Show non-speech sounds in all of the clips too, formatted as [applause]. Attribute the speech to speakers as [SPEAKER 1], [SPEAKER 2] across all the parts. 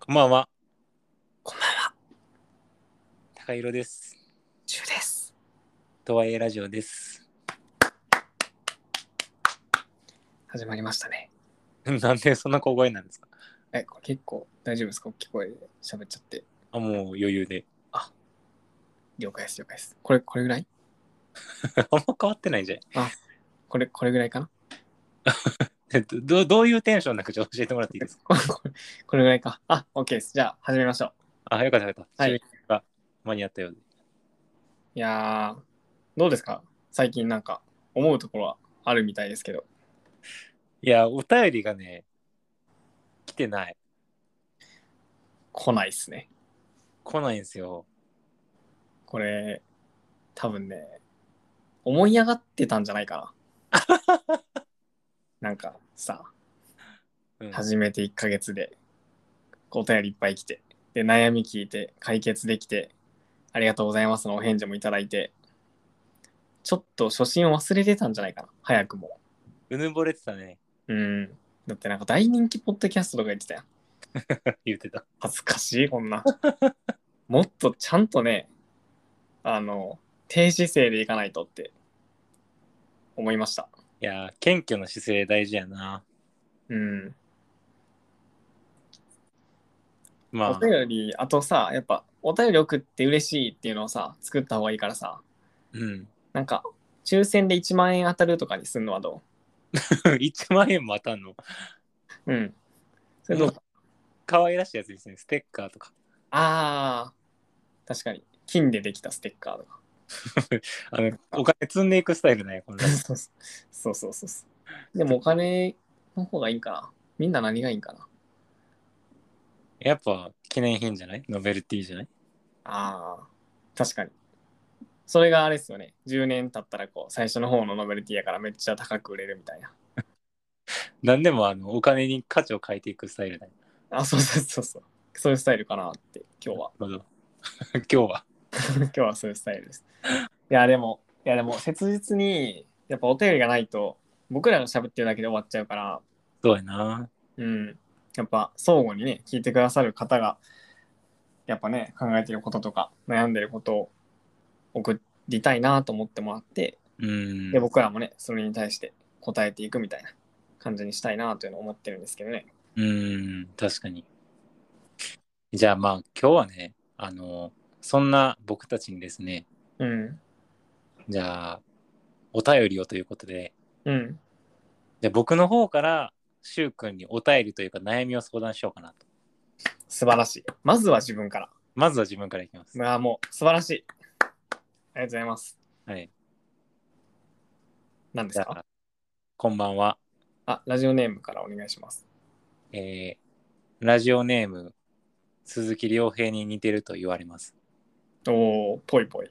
[SPEAKER 1] こんばんは、
[SPEAKER 2] こんばんは、
[SPEAKER 1] 高弘です。
[SPEAKER 2] ジュです。
[SPEAKER 1] とはいえラジオです。 [laughs]
[SPEAKER 2] 始まりましたね。
[SPEAKER 1] なんでそんな小声なんですか
[SPEAKER 2] え、これ結構大丈夫ですか大きい声で喋っちゃって。
[SPEAKER 1] あ、もう余裕で。 [laughs]
[SPEAKER 2] 了解です、了解です。これ、これぐらい
[SPEAKER 1] あんま変わってないじゃん
[SPEAKER 2] これ、これぐらいかな [laughs]
[SPEAKER 1] えっと。どどういうテンションなんかちょっと教えてもらっていいですか
[SPEAKER 2] これ、これぐらいか。あ、OK です。じゃあ、始めましょう。
[SPEAKER 1] あ、よかったよかった。
[SPEAKER 2] はい
[SPEAKER 1] 収録が間に合ったようで。
[SPEAKER 2] いやー、どうですか最近なんか、思うところはあるみたいですけど。
[SPEAKER 1] いや、お便りがね、来てない。
[SPEAKER 2] 来ないっすね。
[SPEAKER 1] 来ないんですよ。
[SPEAKER 2] これ、多分ね、思い上がってたんじゃないか [laughs] な。なんかさ、
[SPEAKER 1] うん、
[SPEAKER 2] 始めて1ヶ月でお便りいっぱい来てで悩み聞いて解決できてありがとうございますのお返事もいただいてちょっと初心を忘れてたんじゃないかな早くも
[SPEAKER 1] うぬぼれてたね。 [laughs]
[SPEAKER 2] うんだってなんか大人気ポッドキャストとか言ってたやん
[SPEAKER 1] 言ってた。
[SPEAKER 2] 恥ずかしいこ
[SPEAKER 1] [laughs]
[SPEAKER 2] んなもっとちゃんとねあの低姿勢でいかないとって思いました
[SPEAKER 1] いや、謙虚な姿勢大事やな。
[SPEAKER 2] うん
[SPEAKER 1] ま
[SPEAKER 2] お便りあとさやっぱお便り送って嬉しいっていうのをさ作った方がいいから
[SPEAKER 1] あ、
[SPEAKER 2] さ
[SPEAKER 1] うん。
[SPEAKER 2] なんか、抽選で1万円当たるとかにすんのはど
[SPEAKER 1] [laughs] 1万円も当たんの。
[SPEAKER 2] ううん。それどう、
[SPEAKER 1] うん可愛らしいやつですね。ステッカーとか。
[SPEAKER 2] ああ、確かに。金でできたステッカーとか。 [laughs]
[SPEAKER 1] あの、お金積んでいくスタイルね、この。
[SPEAKER 2] そうそうそうそうそう。でもお金の方がいいんかな。みんな何がいいんかな。
[SPEAKER 1] やっぱ記念品じゃないノベルティじゃない
[SPEAKER 2] ああ、確かに。それがあれですよね。10年経ったらこう、最初の方のノベルティやからめっちゃ高く売れるみたいな。
[SPEAKER 1] 何でもあのお金に価値を変えていくスタイルだよ。
[SPEAKER 2] あ、そうそうそうそう。そういうスタイルかなって、今日は。
[SPEAKER 1] なるほど [laughs] 今日は。
[SPEAKER 2] 今日はそういうスタイルです。いや、でも、いや、でも、切実に、やっぱお便りがないと、僕らが喋ってるだけで終わっちゃうから、
[SPEAKER 1] そうやな。
[SPEAKER 2] うん。やっぱ、相互にね、聞いてくださる方が、やっぱね、考えてることとか、悩んでることを送りたいなと思ってもらって、
[SPEAKER 1] うん。
[SPEAKER 2] で、僕らもね、それに対して答えていくみたいな感じにしたいなというのを思ってるんですけどね。
[SPEAKER 1] うん、確かに。じゃあまあ今日はね、あの、そんな僕たちにですね、
[SPEAKER 2] うん。
[SPEAKER 1] じゃあお便りをということで、
[SPEAKER 2] うん。
[SPEAKER 1] じゃあ僕の方からしゅうくんにお便りというか悩みを相談しようかなと。
[SPEAKER 2] 素晴らしい。まずは自分から。
[SPEAKER 1] まずは自分からいきます。
[SPEAKER 2] まあ、もう、素晴らしい。ありがとうございます。
[SPEAKER 1] はい。
[SPEAKER 2] 何で
[SPEAKER 1] じ
[SPEAKER 2] す
[SPEAKER 1] ゃ
[SPEAKER 2] か
[SPEAKER 1] あ、こんばんは。
[SPEAKER 2] あ、ラジオネームからお願いします。
[SPEAKER 1] えーラジオネーム鈴木亮平に似てると言われます。
[SPEAKER 2] おー、ぽいぽい。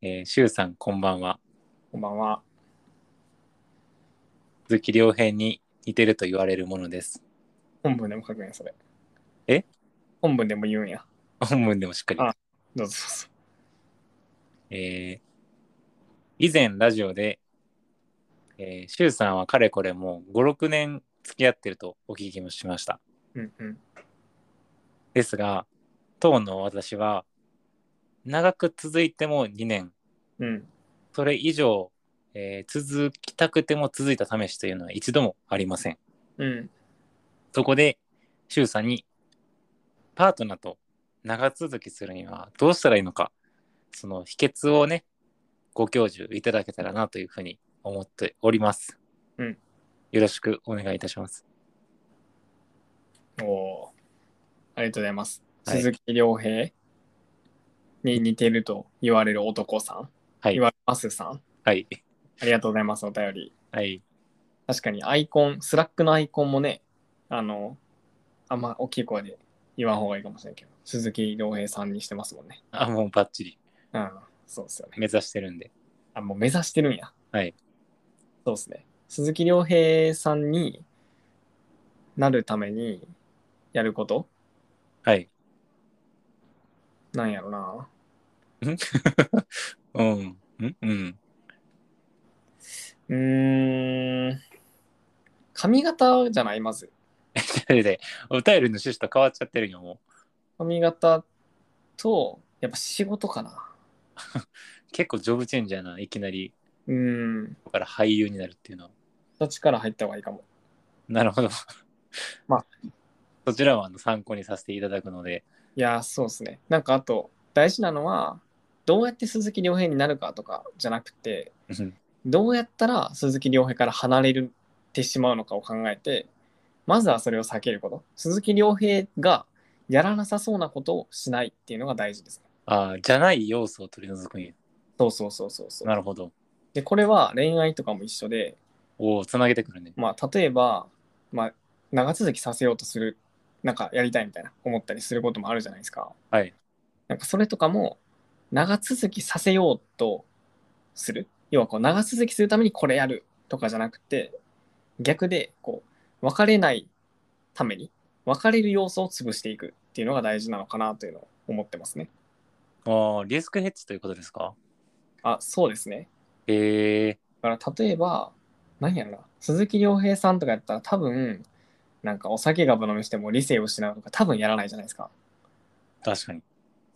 [SPEAKER 1] えー、シュウさんこんばんは。
[SPEAKER 2] こんばんは。
[SPEAKER 1] 鈴木亮平に似てると言われるものです。
[SPEAKER 2] 本文でも書くんや、それ。
[SPEAKER 1] え
[SPEAKER 2] 本文でも言うんや。
[SPEAKER 1] 本文でもしっかり。
[SPEAKER 2] あどうぞ
[SPEAKER 1] えー以前ラジオで、えー、シュウさんはかれこれもう5、6年付き合ってるとお聞きもしました。
[SPEAKER 2] どうぞ。うんうん。
[SPEAKER 1] ですが、当の私は長く続いても2年、
[SPEAKER 2] うん。
[SPEAKER 1] それ以上、えー続きたくても続いた試しというのは一度もありません。
[SPEAKER 2] うん。
[SPEAKER 1] そこで、シュウさんに、パートナーと長続きするにはどうしたらいいのか、その秘訣をね、ご教授いただけたらなというふうに思っております。
[SPEAKER 2] うん。
[SPEAKER 1] よろしくお願いいたします。
[SPEAKER 2] おー。ありがとうございます。
[SPEAKER 1] はい
[SPEAKER 2] 鈴木亮平に似てると言われる男さん。
[SPEAKER 1] はい
[SPEAKER 2] 言。われますさん。
[SPEAKER 1] はい。
[SPEAKER 2] ありがとうございます、お便り。
[SPEAKER 1] はい。
[SPEAKER 2] 確かにアイコン、スラックのアイコンもね、あの、あんま大きい声で言わん方がいいかもしれないけど、鈴木亮平さんにしてますもんね。
[SPEAKER 1] あ、もうバッチリ
[SPEAKER 2] うん、そうですよね。
[SPEAKER 1] 目指してるんで。
[SPEAKER 2] あ、もう目指してるんや。
[SPEAKER 1] はい。
[SPEAKER 2] そうですね。鈴木亮平さんになるためにやること
[SPEAKER 1] はい。 [laughs]
[SPEAKER 2] なんやろな。
[SPEAKER 1] うん。うんうん。
[SPEAKER 2] うーん。髪型じゃないまず。
[SPEAKER 1] 違それで、お便りの趣旨と変わっちゃってるよ、もう。
[SPEAKER 2] 髪型と、やっぱ仕事かな。
[SPEAKER 1] 結構ジョブチェンジャーな、いきなり、
[SPEAKER 2] うん。
[SPEAKER 1] ここから俳優になるっていうのは。
[SPEAKER 2] そっちから入った方がいいかも。
[SPEAKER 1] なるほど。
[SPEAKER 2] まあ、
[SPEAKER 1] そちらはあの参考にさせていただくので、
[SPEAKER 2] いやー、そうですね。なんかあと、大事なのは、どうやって鈴木亮平になるかとかじゃなくて、
[SPEAKER 1] うん
[SPEAKER 2] どうやったら鈴木亮平から離れてしまうのかを考えて、まずはそれを避けること。鈴木亮平がやらなさそうなことをしないっていうのが大事ですね。
[SPEAKER 1] ああ、じゃない要素を取り除くんや。
[SPEAKER 2] そうそうそうそうそう。
[SPEAKER 1] なるほど。
[SPEAKER 2] で、これは恋愛とかも一緒で、
[SPEAKER 1] おお、つなげてくるね。
[SPEAKER 2] まあ、例えば、まあ、長続きさせようとする、なんかやりたいみたいな思ったりすることもあるじゃないですか。
[SPEAKER 1] はい。
[SPEAKER 2] なんかそれとかも、長続きさせようとする。要はこう、長続きするためにこれやるとかじゃなくて、逆で、こう、別れないために、別れる要素を潰していくっていうのが大事なのかなというのを思ってますね。
[SPEAKER 1] ああ、リスクヘッジということですか
[SPEAKER 2] あ、そうですね。
[SPEAKER 1] へえ
[SPEAKER 2] だから例えば、何やろな、鈴木亮平さんとかやったら多分、なんかお酒がぶ飲みしても理性を失うとか多分やらないじゃないですか。
[SPEAKER 1] 確かに。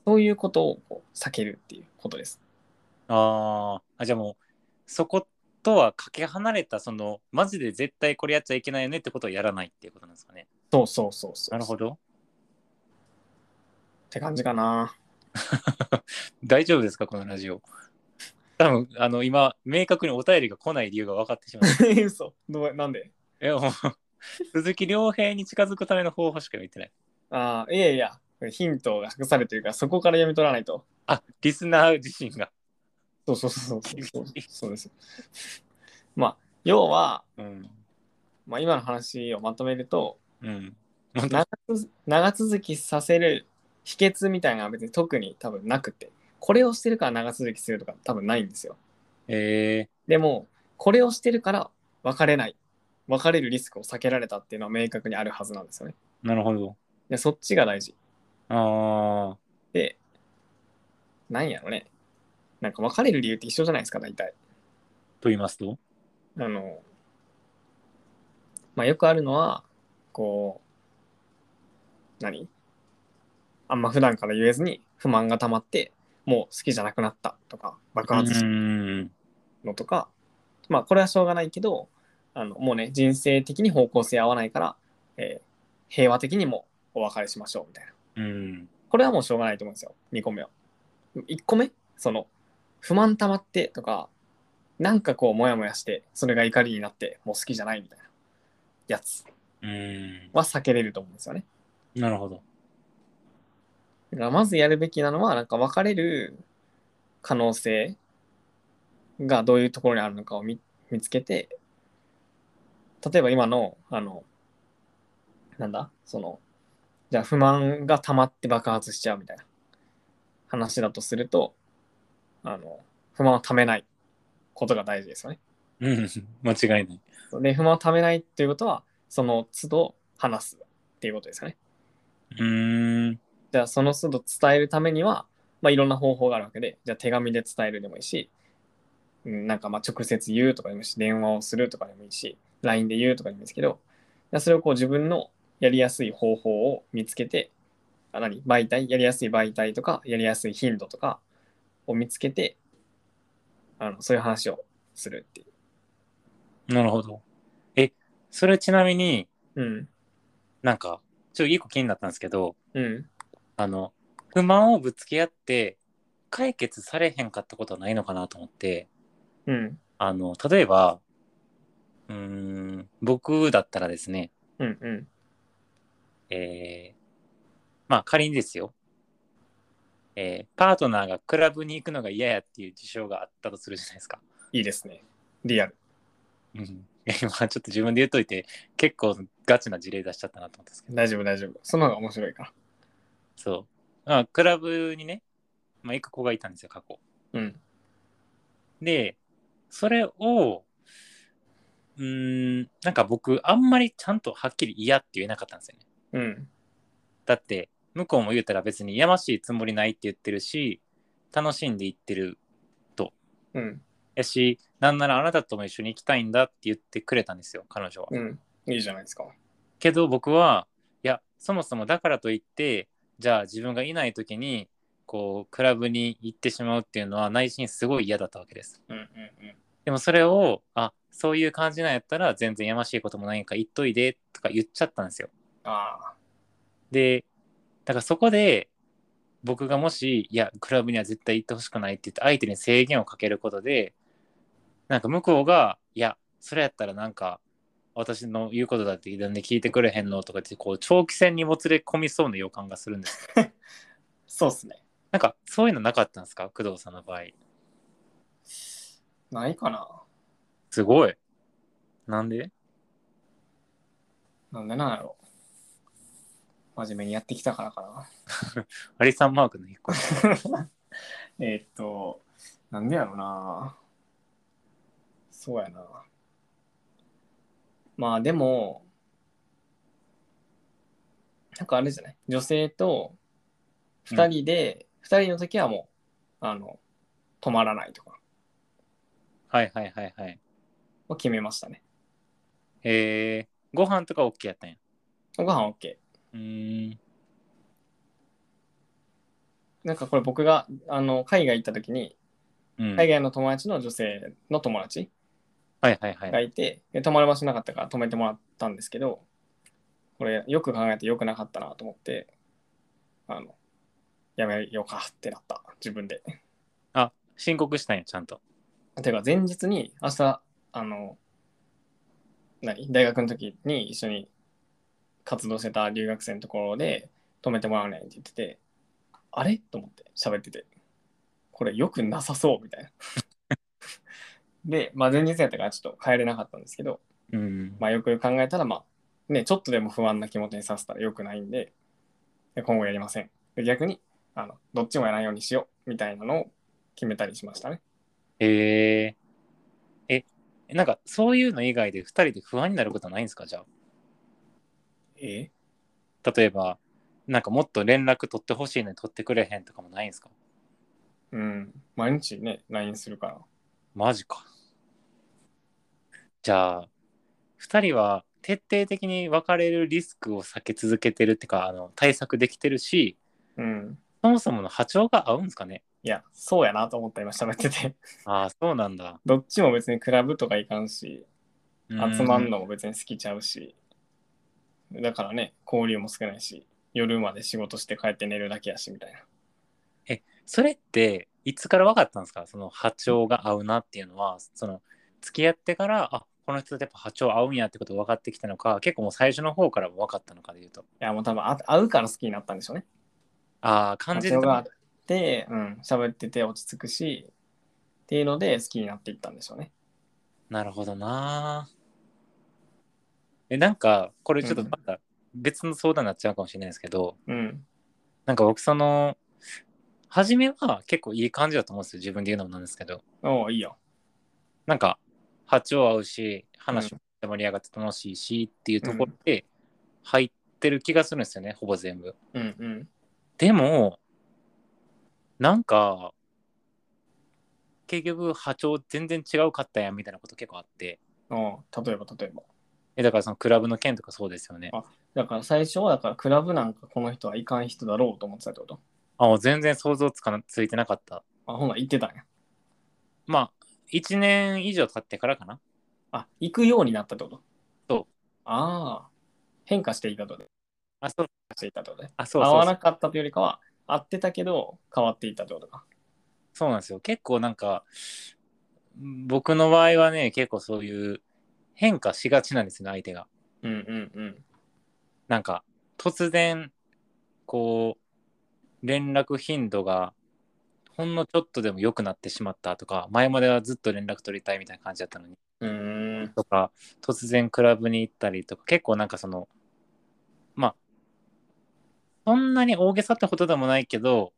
[SPEAKER 2] そういうことをこう避けるっていうことです。
[SPEAKER 1] あーあ、じゃあもう、そことはかけ離れた、その、マジで絶対これやっちゃいけないよねってことをやらないっていうことなんですかね。
[SPEAKER 2] そうそうそうそ
[SPEAKER 1] な
[SPEAKER 2] う。
[SPEAKER 1] るほ
[SPEAKER 2] ど。
[SPEAKER 1] ど。
[SPEAKER 2] って感じかな。 [laughs]
[SPEAKER 1] 大丈夫ですか、このラジオ。多分あの今、明確にお便りが来ない理由が分かってしまう。
[SPEAKER 2] 嘘どうなんで
[SPEAKER 1] いやもう [laughs] 鈴木亮平に近づくための方法しか言ってない。
[SPEAKER 2] ああ、いやいや、ヒントが隠されてるからそこから読み取らないと。
[SPEAKER 1] あ、リスナー自身が。
[SPEAKER 2] そうそうそうそうそう。そうです。まあ、要は、
[SPEAKER 1] うん。
[SPEAKER 2] まあ、今の話をまとめると、
[SPEAKER 1] うん。本当
[SPEAKER 2] 長つ長続きさせる秘訣みたいなのは別に特に多分なくてこれをしてるから長続きするとか多分ないんですよ
[SPEAKER 1] え
[SPEAKER 2] でもこれをしてるから別れない別れるリスクを避けられたっていうのは明確にあるはずなんですよね
[SPEAKER 1] ー、なるほど。
[SPEAKER 2] でそっちが大事
[SPEAKER 1] あ
[SPEAKER 2] でなんやろねなんか別れる理由って一緒じゃないですか大体
[SPEAKER 1] ー、と言いますと
[SPEAKER 2] あのまあよくあるのはこう何あんま普段から言えずに不満が溜まってもう好きじゃなくなったとか爆発し
[SPEAKER 1] う
[SPEAKER 2] た
[SPEAKER 1] ん。
[SPEAKER 2] のとか、まあこれはしょうがないけどあのもうね人生的に方向性合わないから、えー平和的にもうお別れしましょうみたいな
[SPEAKER 1] うん。
[SPEAKER 2] これはもうしょうがないと思うんですよ2個目は1個目その不満溜まってとかなんかこうモヤモヤしてそれが怒りになってもう好きじゃないみたいなやつ
[SPEAKER 1] うん。
[SPEAKER 2] は避けれると思うんですよね
[SPEAKER 1] なるほど。
[SPEAKER 2] だからまずやるべきなのはなんか別れる可能性がどういうところにあるのかを見見つけて例えば今のあのなんだそのじゃあ不満が溜まって爆発しちゃうみたいな話だとするとあの不満を溜めないことが大事ですよね。
[SPEAKER 1] うん。 [laughs] 間違いない。
[SPEAKER 2] で不満を溜めないっていうことはその都度話すっていうことですよね。
[SPEAKER 1] うーん。
[SPEAKER 2] じゃあその都度伝えるためには、まあ、いろんな方法があるわけでじゃあ手紙で伝えるでもいいしうんなんかまあ直接言うとかでもいいし電話をするとかでもいいし LINE で言うとかでもいいんですけどじゃあそれをこう自分のやりやすい方法を見つけてあ何媒体やりやすい媒体とかやりやすい頻度とかを見つけてあのそういう話をするっていう。
[SPEAKER 1] なるほど。え、それちなみに
[SPEAKER 2] うん
[SPEAKER 1] なんか、ちょっと一個気になったんですけど、
[SPEAKER 2] うん、
[SPEAKER 1] あの、不満をぶつけ合って解決されへんかったことはないのかなと思って。
[SPEAKER 2] うん、
[SPEAKER 1] あの、例えば、うーん、僕だったらですね、
[SPEAKER 2] うん、うん、
[SPEAKER 1] えーまあ仮にですよ、えーパートナーがクラブに行くのが嫌やっていう事象があったとするじゃないですか。
[SPEAKER 2] いいですね。リアル。
[SPEAKER 1] うん。 [laughs] いや今ちょっと自分で言っといて、結構ガチな事例出しちゃったなと思ったんですけど、
[SPEAKER 2] 大丈夫、大丈夫。その方が面白いか
[SPEAKER 1] そう。まあクラブにね、まあ行く子がいたんですよ、過去。
[SPEAKER 2] ら。うん、
[SPEAKER 1] で、それを、うーん、なんか僕、あんまりちゃんとはっきり嫌って言えなかったんですよね。
[SPEAKER 2] うん、
[SPEAKER 1] だって向こうも言うたら別にやましいつもりないって言ってるし楽しんで行ってる
[SPEAKER 2] うん。
[SPEAKER 1] やしなんならあなたとも一緒に行きたいんだって言ってくれたんですよ彼女は。
[SPEAKER 2] うん、いいじゃないですか。
[SPEAKER 1] けど僕はそもそもだからといってじゃあ自分がいない時にこうクラブに行ってしまうっていうのは内心すごい嫌だったわけです。
[SPEAKER 2] うんうんうん。
[SPEAKER 1] でもそれをあそういう感じなんやったら全然やましいこともないから言っといでとか言っちゃったんですよ。
[SPEAKER 2] あ
[SPEAKER 1] でだからそこで僕がもしいやクラブには絶対行ってほしくないって言って相手に制限をかけることでなんか向こうがいやそれやったらなんか私の言うことだってなんで聞いてくれへんのとかってこう長期戦にもつれ込みそうな予感がするんです
[SPEAKER 2] あ、そうっすね。
[SPEAKER 1] なんかそういうのなかったんですか工藤さんの場合
[SPEAKER 2] ないかな。
[SPEAKER 1] すごいなんで
[SPEAKER 2] なんでなんやろう。真面目にやってきたからかな。
[SPEAKER 1] アリさんマークの引っ越し
[SPEAKER 2] えーっと、なんでやろな。そうやな。まあでも、なんかあれじゃない女性と2人で、2人の時はもう、あの、止まらないとか
[SPEAKER 1] はいはいはいはい
[SPEAKER 2] を決めましたね。
[SPEAKER 1] えー、ご飯とか OK やったんや
[SPEAKER 2] ご飯 OK。
[SPEAKER 1] うーん
[SPEAKER 2] なんかこれ僕が、あの、海外行った時に、
[SPEAKER 1] うんは
[SPEAKER 2] 海
[SPEAKER 1] い
[SPEAKER 2] 外の友達の女性の友達
[SPEAKER 1] はいはい
[SPEAKER 2] がいて、で泊まる場所なかったから泊めてもらったんですけど、これよく考えてよくなかったなと思って、あの、やめようかってなった、自分で。
[SPEAKER 1] あ申告したんやちゃんと
[SPEAKER 2] てか前日に明日、あの、何大学の時に一緒に活動してた留学生のところで泊めてもらうねんって言ってて、あれと思って喋ってて、これよくなさそうみたいな。 [laughs] で、まあ前日やったからちょっと帰れなかったんですけど、
[SPEAKER 1] うん
[SPEAKER 2] まあ、よくよく考えたら、まあね、ちょっとでも不安な気持ちにさせたらよくないんで、で今後やりません。で逆にあの、どっちもやらないようにしようみたいなのを決めたりしましたね。
[SPEAKER 1] えー、え、なんかそういうの以外で2人で不安になることはないんですかじゃ
[SPEAKER 2] え
[SPEAKER 1] あ。例えば、なんかもっと連絡取ってほしいのに取ってくれへんとかもないんですか
[SPEAKER 2] うん。毎日ね、LINE するから。
[SPEAKER 1] マジか。じゃあ、2人は徹底的に別れるリスクを避け続けてるってか、あの対策できてるし、
[SPEAKER 2] うん。
[SPEAKER 1] そもそもの波長が合うんですかね
[SPEAKER 2] いや、そうやなと思った今喋ってて。 [laughs]
[SPEAKER 1] ああ、そうなんだ。
[SPEAKER 2] どっちも別にクラブとか行かんし、集まん
[SPEAKER 1] の。
[SPEAKER 2] のも別に好きちゃうし、だからね、交流も少ないし、夜まで仕事して帰って寝るだけやしみたいな。
[SPEAKER 1] それっていつから分かったんですかその波長が合うなっていうのはその付き合ってからあこの人とやっぱ波長合うんやってことが分かってきたのか結構もう最初の方からも分かったのかで言うと
[SPEAKER 2] いや、もう多分あ会うから好きになったんでしょうね。
[SPEAKER 1] ああ感じる
[SPEAKER 2] 波長があって、うん、喋ってて落ち着くし、っていうので好きになっていったんでしょうね。
[SPEAKER 1] なるほどなえなんかこれちょっとまた別の相談になっちゃうかもしれないですけど、
[SPEAKER 2] うん。
[SPEAKER 1] なんか僕その初めは結構いい感じだと思うんですよ自分で言うのもなんですけど
[SPEAKER 2] おういいよ。
[SPEAKER 1] なんか波長合うし話も盛り上がって楽しいしっていうところで入ってる気がするんですよね、ほぼ全部。
[SPEAKER 2] うんうん。
[SPEAKER 1] でもなんか結局波長全然違うかったやんみたいなこと結構あって
[SPEAKER 2] おう例えば例えば。
[SPEAKER 1] えだからそのクラブの件とかそうですよね
[SPEAKER 2] あだから最初は、だからクラブなんかこの人はいかん人だろうと思ってたってこと
[SPEAKER 1] あもう全然想像つかなついてなかった
[SPEAKER 2] あ、ほんなら行ってたんや。
[SPEAKER 1] まあ1年以上経ってからかな
[SPEAKER 2] あ、行くようになったってこと
[SPEAKER 1] そう。
[SPEAKER 2] ああ。変化していったってことね
[SPEAKER 1] あそう
[SPEAKER 2] していったってことね。
[SPEAKER 1] あそう
[SPEAKER 2] 合
[SPEAKER 1] そう
[SPEAKER 2] わ
[SPEAKER 1] そ
[SPEAKER 2] な
[SPEAKER 1] う
[SPEAKER 2] かったというよりかは、合ってたけど変わっていったってことか。
[SPEAKER 1] そうなんですよ結構なんか僕の場合はね結構そういう変化しがちなんですよね相手が
[SPEAKER 2] うんうんうん。
[SPEAKER 1] なんか突然こう連絡頻度がほんのちょっとでも良くなってしまったとか前まではずっと連絡取りたいみたいな感じだったのに
[SPEAKER 2] うーん。
[SPEAKER 1] とか突然クラブに行ったりとか結構なんかそのまあそんなに大げさってことでもないけど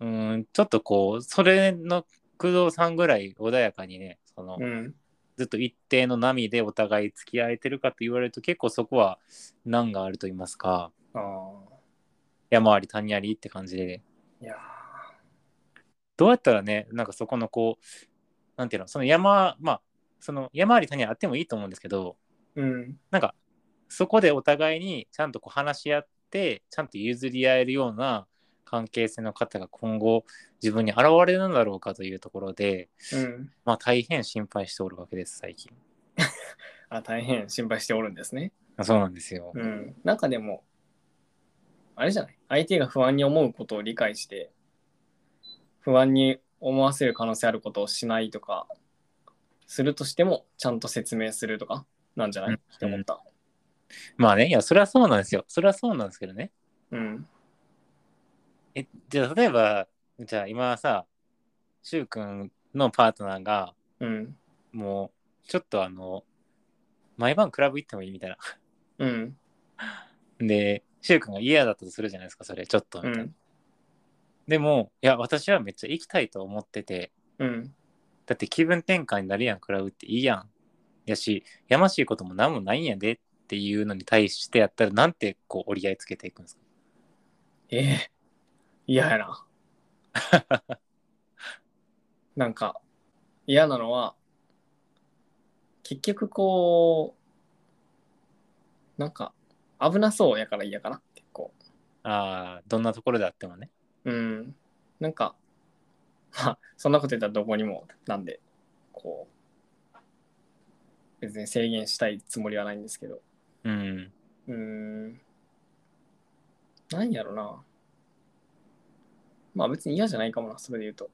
[SPEAKER 1] うーんちょっとこうそれの工藤さんぐらい穏やかにねその、
[SPEAKER 2] うん。
[SPEAKER 1] ずっと一定の波でお互い付き合えてるかと言われると結構そこは難があると言いますか。
[SPEAKER 2] ああ。
[SPEAKER 1] 山あり谷ありって感じで
[SPEAKER 2] いや
[SPEAKER 1] どうやったらねなんかそこのこうなんていうのその山まあその山あり谷ありあってもいいと思うんですけど
[SPEAKER 2] ーうん。
[SPEAKER 1] なんかそこでお互いにちゃんとこう話し合ってちゃんと譲り合えるような関係性の方が今後自分に現れるのだろうかというところで、
[SPEAKER 2] うん。
[SPEAKER 1] まあ、大変心配しておるわけです最近
[SPEAKER 2] あ、大変心配しておるんですね。
[SPEAKER 1] そうなんですよ、
[SPEAKER 2] うん。なんかでも、あれじゃない相手が不安に思うことを理解して、不安に思わせる可能性あることをしないとか、するとしても、ちゃんと説明するとか、なんじゃない、
[SPEAKER 1] うん
[SPEAKER 2] って思った。
[SPEAKER 1] まあねいやそれはそうなんですよそれはそうなんですけどね
[SPEAKER 2] うん。
[SPEAKER 1] えじゃあ例えばじゃあ今さしゅうくんのパートナーが
[SPEAKER 2] うん。
[SPEAKER 1] もうちょっとあの毎晩クラブ行ってもいいみたいな [laughs]
[SPEAKER 2] うん。
[SPEAKER 1] で、しゅうくんが嫌だったとするじゃないですか、それ、ちょっとみ
[SPEAKER 2] う
[SPEAKER 1] たいな。
[SPEAKER 2] ん。
[SPEAKER 1] でも、いや、私はめっちゃ行きたいと思ってて、
[SPEAKER 2] うん。
[SPEAKER 1] だって気分転換になるやん、クラブっていいやん。やし、やましいことも何もないんやでっていうのに対してやったら、なんてこう折り合いつけていくんですか
[SPEAKER 2] ええ嫌やな。なんか、嫌なのは、結局こう、なんか、危なそうやから嫌かなって、こう。
[SPEAKER 1] [laughs] ああ、どんなところであってもね。
[SPEAKER 2] うん。なんか、 [laughs] まあ、そんなこと言ったらどこにもなんで、こう、別に制限したいつもりはないんですけど、
[SPEAKER 1] うん。 [laughs]
[SPEAKER 2] うーん。なんやろな。まあ別に嫌じゃないかもな、それで言うと。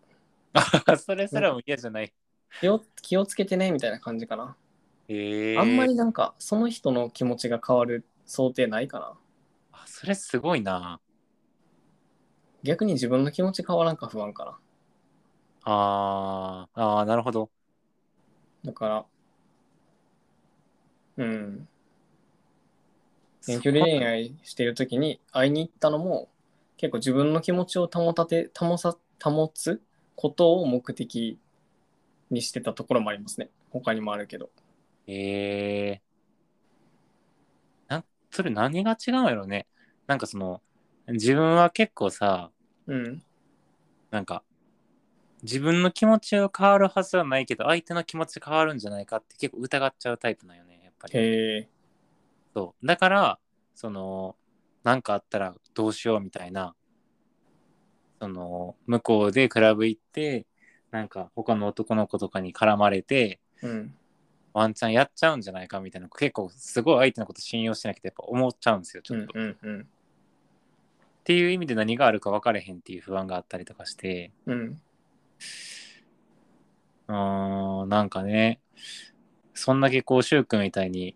[SPEAKER 1] それすらも嫌じゃない。
[SPEAKER 2] 気を気をつけてね、みたいな感じかな。
[SPEAKER 1] ええ
[SPEAKER 2] あんまりなんか、その人の気持ちが変わる想定ないかな。
[SPEAKER 1] あそれすごいな。
[SPEAKER 2] 逆に自分の気持ち変わらんか不安かな。
[SPEAKER 1] あーあー、なるほど。
[SPEAKER 2] だから、うん。遠距離恋愛してる時に会いに行ったのも結構自分の気持ちを保たて保さ保つことを目的にしてたところもありますね他にもあるけど
[SPEAKER 1] ええなん、それ何が違うんやろね。なんかその、自分は結構さ、
[SPEAKER 2] うん
[SPEAKER 1] なんか、自分の気持ちを変わるはずはないけど、相手の気持ち変わるんじゃないかって結構疑っちゃうタイプなんよね、やっぱり。
[SPEAKER 2] へえ
[SPEAKER 1] そう。だから、その、なんかあったらどうしようみたいな、その、向こうでクラブ行って、なんか他の男の子とかに絡まれて、
[SPEAKER 2] うん
[SPEAKER 1] ワンチャンやっちゃうんじゃないかみたいな結構すごい相手のこと信用してなくてやっぱ思っちゃうんですよち
[SPEAKER 2] う
[SPEAKER 1] ょっ
[SPEAKER 2] ん
[SPEAKER 1] と、
[SPEAKER 2] う
[SPEAKER 1] っ
[SPEAKER 2] んうん
[SPEAKER 1] ていう意味で何があるか分かれへんっていう不安があったりとかして
[SPEAKER 2] うん
[SPEAKER 1] うーんなんかねそんだけこうく君みたいに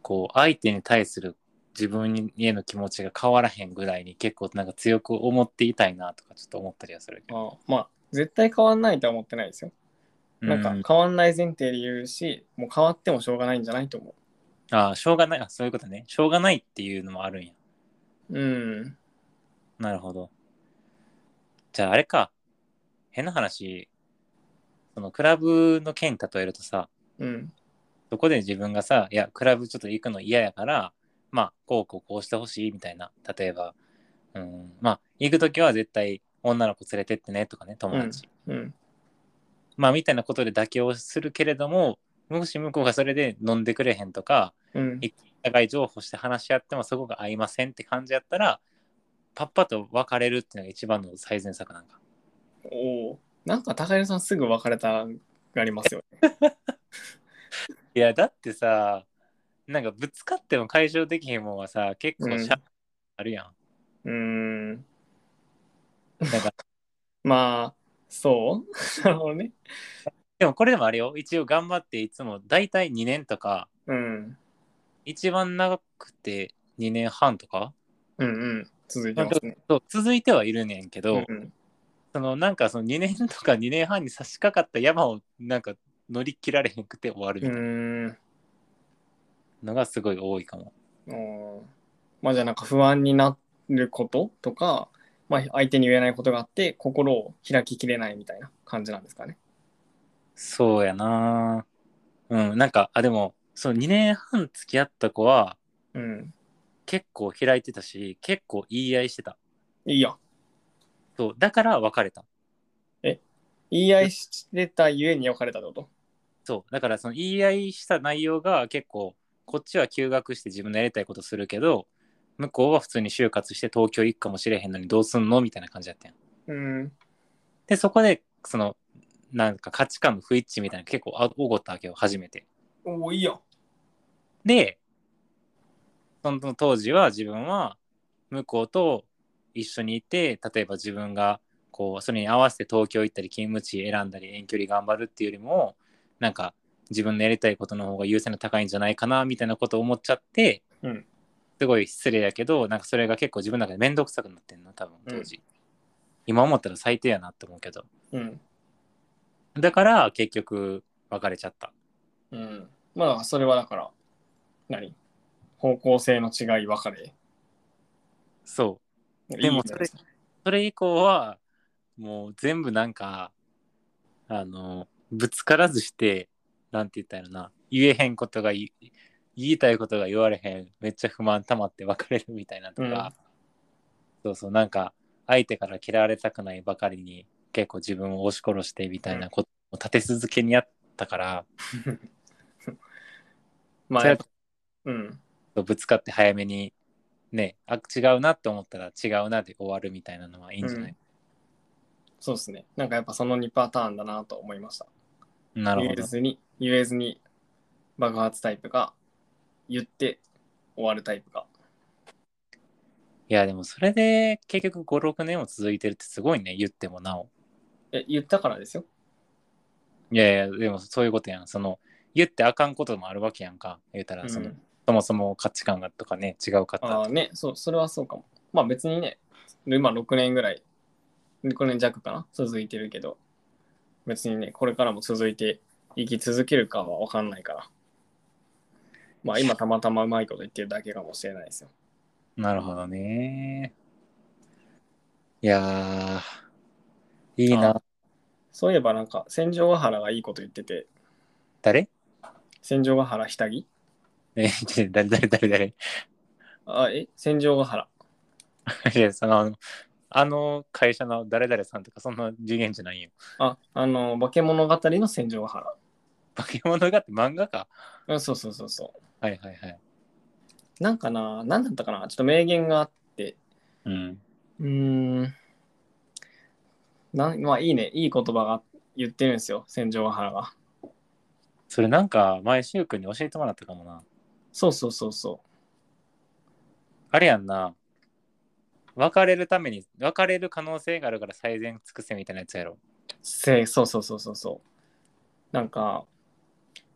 [SPEAKER 1] こう相手に対する自分への気持ちが変わらへんぐらいに結構なんか強く思っていたいなとかちょっと思ったりはするけど、
[SPEAKER 2] あまあ絶対変わんないとは思ってないですよなん
[SPEAKER 1] う
[SPEAKER 2] か変わんない前提で言うしもう変わってもしょうがないんじゃないと思
[SPEAKER 1] ああしょうがないあそういうことねしょうがないっていうのもあるんや
[SPEAKER 2] ううん
[SPEAKER 1] なるほど。じゃああれか。変な話。そのクラブの件例えるとさ、
[SPEAKER 2] うん
[SPEAKER 1] そこで自分がさ、いや、クラブちょっと行くの嫌やから、まあ、こうこうこうしてほしいみたいな。例えば、うん、まあ、行くときは絶対女の子連れてってねとかね、友達。
[SPEAKER 2] うん
[SPEAKER 1] まあ、みたいなことで妥協するけれども、もし向こうがそれで飲んでくれへんとか、
[SPEAKER 2] うん
[SPEAKER 1] いお互い情報して話し合ってもそこが合いませんって感じやったら、パッパと別れるっていうのが一番の最善策なんか。
[SPEAKER 2] おおなんか高井さんすぐ別れたがりますよね
[SPEAKER 1] いやだってさなんかぶつかっても解消できへんもんはさ結構しゃ、
[SPEAKER 2] うん
[SPEAKER 1] あるやん
[SPEAKER 2] うーん
[SPEAKER 1] なんか
[SPEAKER 2] まあ、そう。なるほどね。
[SPEAKER 1] でもこれでもあれよ一応頑張っていつも大体2年とか
[SPEAKER 2] うん。
[SPEAKER 1] 一番長くて2年半とか
[SPEAKER 2] うんうん。続いてますね。
[SPEAKER 1] そう続いてはいるねんけど、
[SPEAKER 2] うん
[SPEAKER 1] そのなんかその2年とか2年半に差し掛かった山をなんか乗り切られへんくて終わるみ
[SPEAKER 2] う。
[SPEAKER 1] たいなん
[SPEAKER 2] う
[SPEAKER 1] のがすごい多いかも、
[SPEAKER 2] ーん。うんまあじゃあなんか不安になることとか、まあ相手に言えないことがあって、心を開ききれないみたいな感じなんですかね。
[SPEAKER 1] そうやなうんなんかあでもその2年半付き合った子は
[SPEAKER 2] うん。
[SPEAKER 1] 結構開いてたし結構言い合いしてた
[SPEAKER 2] いいや。
[SPEAKER 1] そうだから別れた
[SPEAKER 2] 言い合いしてたゆえに別れたってこと
[SPEAKER 1] そうだからその言い合いした内容が結構こっちは休学して自分のやりたいことするけど向こうは普通に就活して東京行くかもしれへんのにどうすんのみたいな感じだったやん。
[SPEAKER 2] うん。
[SPEAKER 1] で、そこで、その、なんか価値観の不一致みたいなの結構あ起こったわけよ、初めて。
[SPEAKER 2] おお、いいよ。
[SPEAKER 1] で、その当時は自分は向こうと一緒にいて、例えば自分がこう、それに合わせて東京行ったり、勤務地選んだり、遠距離頑張るっていうよりも、なんか自分のやりたいことの方が優先度高いんじゃないかな、みたいなことを思っちゃって、
[SPEAKER 2] うん
[SPEAKER 1] すごい失礼やけど、なんかそれが結構自分の中で面倒くさくなってんの、多分当時。今思ったら最低やなって思うけど。
[SPEAKER 2] うん。
[SPEAKER 1] だから結局別れちゃった。
[SPEAKER 2] うん。まあ、だからそれはだから、何方向性の違い分かれ。
[SPEAKER 1] そう。でもそれそれ以降はもう全部なんかあのぶつからずしてなんて言ったらな言えへんことがい言いたいことが言われへんめっちゃ不満溜まって別れるみたいなとか、そうそうなんか相手から嫌われたくないばかりに結構自分を押し殺してみたいなことを立て続けにやったから、
[SPEAKER 2] ま
[SPEAKER 1] それ
[SPEAKER 2] あ
[SPEAKER 1] は、
[SPEAKER 2] うん。
[SPEAKER 1] そうぶつかって早めにねあ違うなって思ったら違うなで終わるみたいなのはいいんじゃない、
[SPEAKER 2] そうですね。なんかやっぱその2パターンだなと思いました。
[SPEAKER 1] なる
[SPEAKER 2] 言
[SPEAKER 1] ほ
[SPEAKER 2] え
[SPEAKER 1] ど。
[SPEAKER 2] ずに、言えずに爆発タイプか、言って終わるタイプか。
[SPEAKER 1] いやでもそれで結局56年も続いてるってすごいね言ってもなお
[SPEAKER 2] え、言ったからですよ。
[SPEAKER 1] いやいやでもそういうことやんその言ってあかんこともあるわけやんか言うたらその、
[SPEAKER 2] うん
[SPEAKER 1] そもそも価値観がとかね違うかった
[SPEAKER 2] ああね、そう、それはそうかも。まあ別にね、今6年ぐらい、6年弱かな、続いてるけど、別にね、これからも続いて、生き続けるかは分かんないから。まあ今たまたまうまいこと言ってるだけかもしれないですよ。
[SPEAKER 1] なるほどねいやーいい
[SPEAKER 2] あ
[SPEAKER 1] な
[SPEAKER 2] そういえばなんか、戦場ヶ原がいいこと言ってて、
[SPEAKER 1] 誰 [laughs]
[SPEAKER 2] 戦場ヶ原下着
[SPEAKER 1] えちょ誰誰誰誰 [laughs]
[SPEAKER 2] あ、え戦場ヶ原。
[SPEAKER 1] いやそのあの会社の誰々さんとかそんな次元じゃないよ
[SPEAKER 2] あ、あの、化け物語の戦場ヶ原。
[SPEAKER 1] 化け物がって漫画か
[SPEAKER 2] うん、そうそうそうそ。
[SPEAKER 1] はいはいはいう
[SPEAKER 2] なんかな、なんだったかな、ちょっと名言があって、
[SPEAKER 1] うん
[SPEAKER 2] うーん。なんまあいいね、いい言葉が言ってるんですよ、戦場ヶ原が。
[SPEAKER 1] それなんか前柊君に教えてもらったかもな
[SPEAKER 2] そうそうそうそ
[SPEAKER 1] あれやんな。別れるために、別れる可能性があるから最善尽くせみたいなやつやろ。
[SPEAKER 2] う。せそうそうそうそうそう。なんか、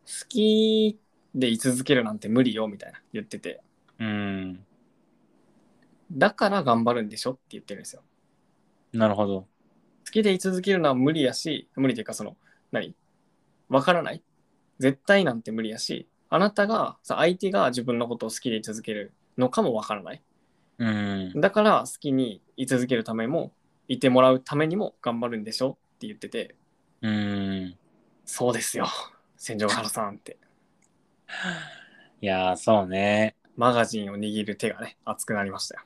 [SPEAKER 2] 好きで居続けるなんて無理よ、みたいな言ってて。
[SPEAKER 1] うん。
[SPEAKER 2] だから頑張るんでしょって言ってるんですよ。
[SPEAKER 1] なるほど。
[SPEAKER 2] 好きで居続けるのは無理やし、無理というかその、何わからない絶対なんて無理やし、あなたが、さ相手が自分のことを好きで居続けるのかもわからない。
[SPEAKER 1] うん。
[SPEAKER 2] だから好きに居続けるためもいてもらうためにも頑張るんでしょって言ってて
[SPEAKER 1] うん。
[SPEAKER 2] そうですよ [laughs] 戦場原さんって
[SPEAKER 1] いやー、そうね。
[SPEAKER 2] マガジンを握る手がね熱くなりましたよ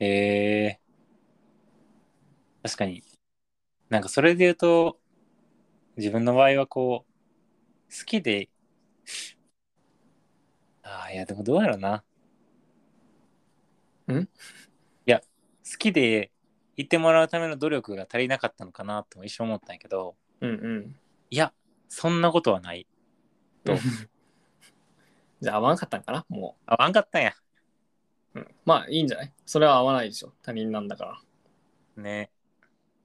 [SPEAKER 1] えー。確かに。なんかそれで言うと、自分の場合はこう、好きで、ああ、いや、でもどうやろうな。
[SPEAKER 2] ん
[SPEAKER 1] いや、好きでいてもらうための努力が足りなかったのかなとも一瞬思ったんやけど、
[SPEAKER 2] うんうん
[SPEAKER 1] いや、そんなことはない。どう
[SPEAKER 2] じゃあ合わなかったんかなも
[SPEAKER 1] あ、わんかったんや。
[SPEAKER 2] う、うん、まあいいんじゃないそれは合わないでしょ他人なんだから
[SPEAKER 1] ね。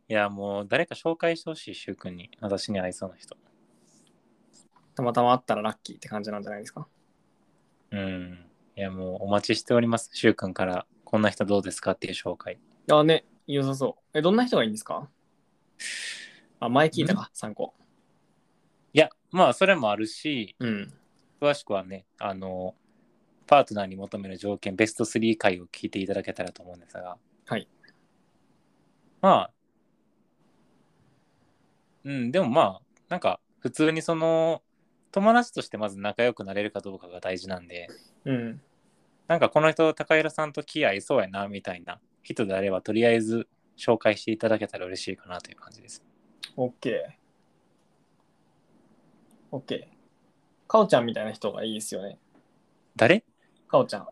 [SPEAKER 1] いや、もう誰か紹介してほしい、しゅうくんに。私に会いそうな人。
[SPEAKER 2] たまたま会ったらラッキーって感じなんじゃないですか
[SPEAKER 1] うん。いや、もうお待ちしております。しゅうくんから、こんな人どうですかっていう紹介。
[SPEAKER 2] あね良さそうえどんな人がいいんですかあ前聞いたか参考
[SPEAKER 1] いや、まあ、それもあるし、
[SPEAKER 2] うん
[SPEAKER 1] 詳しくはね、あの、パートナーに求める条件、ベスト3回を聞いていただけたらと思うんですが。
[SPEAKER 2] はい。
[SPEAKER 1] まあ、うん、でもまあ、なんか、普通にその、友達としてまず仲良くなれるかどうかが大事なんで、
[SPEAKER 2] うん
[SPEAKER 1] なんかこの人、高平さんと気合いそうやな、みたいな人であれば、とりあえず紹介していただけたら嬉しいかなという感じです。
[SPEAKER 2] OK。OK。かおちゃんみたいな人がいいですよね。
[SPEAKER 1] 誰
[SPEAKER 2] かおちゃん。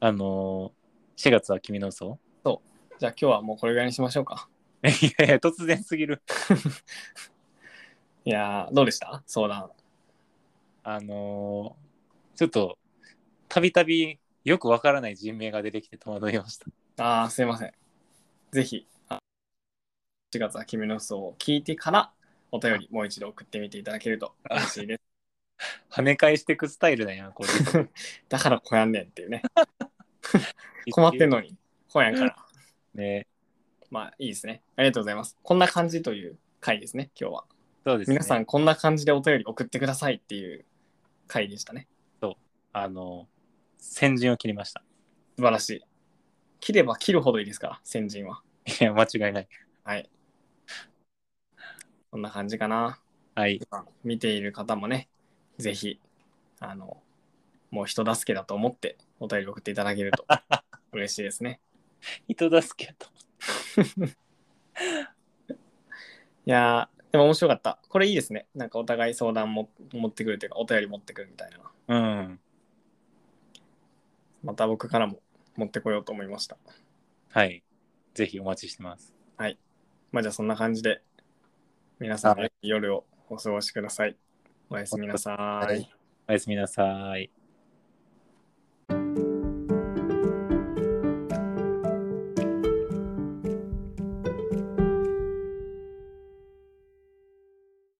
[SPEAKER 1] あのー、4月は君の嘘
[SPEAKER 2] じゃあ今日はもうこれぐらいにしましょうか。
[SPEAKER 1] [laughs] いやいや、突然すぎる。
[SPEAKER 2] いやー、どうでした相談。
[SPEAKER 1] あのー、ちょっと、たびたびよくわからない人名が出てきて戸惑いました。
[SPEAKER 2] あー、すいません。ぜひ、あ4月は君の嘘を聞いてから、お便りもう一度送ってみていただけると嬉しいです。
[SPEAKER 1] 跳ね返していくスタイルだよ、これ。
[SPEAKER 2] だからこうやんねんっていうね。困ってんのに、こうやんから。
[SPEAKER 1] ね。
[SPEAKER 2] まあいいですね。ありがとうございます。こんな感じという回ですね、今日は。
[SPEAKER 1] そうですね。
[SPEAKER 2] 皆さん、こんな感じでお便り送ってくださいっていう回でしたね。
[SPEAKER 1] あのー、先陣を切りました。 [laughs]
[SPEAKER 2] 素晴らしい。切れば切るほどいいですから、先人は。
[SPEAKER 1] いや、間違いない。
[SPEAKER 2] はい。こんな感じかな。
[SPEAKER 1] はい。
[SPEAKER 2] 見ている方もね、ぜひ、あの、もう人助けだと思ってお便り送っていただけ
[SPEAKER 1] [laughs]
[SPEAKER 2] ると嬉しいですね。
[SPEAKER 1] 人助けと。
[SPEAKER 2] いやー、でも面白かった。これいいですね。なんかお互い相談も持ってくるというか、お便り持ってくるみたいな。
[SPEAKER 1] うん。
[SPEAKER 2] また僕からも持ってこようと思いました。
[SPEAKER 1] はい。ぜひお待ちしてます。
[SPEAKER 2] まあじゃあそんな感じで、皆さん、夜をお過ごしください。おやすみなさ。
[SPEAKER 1] はいおやすみなさい。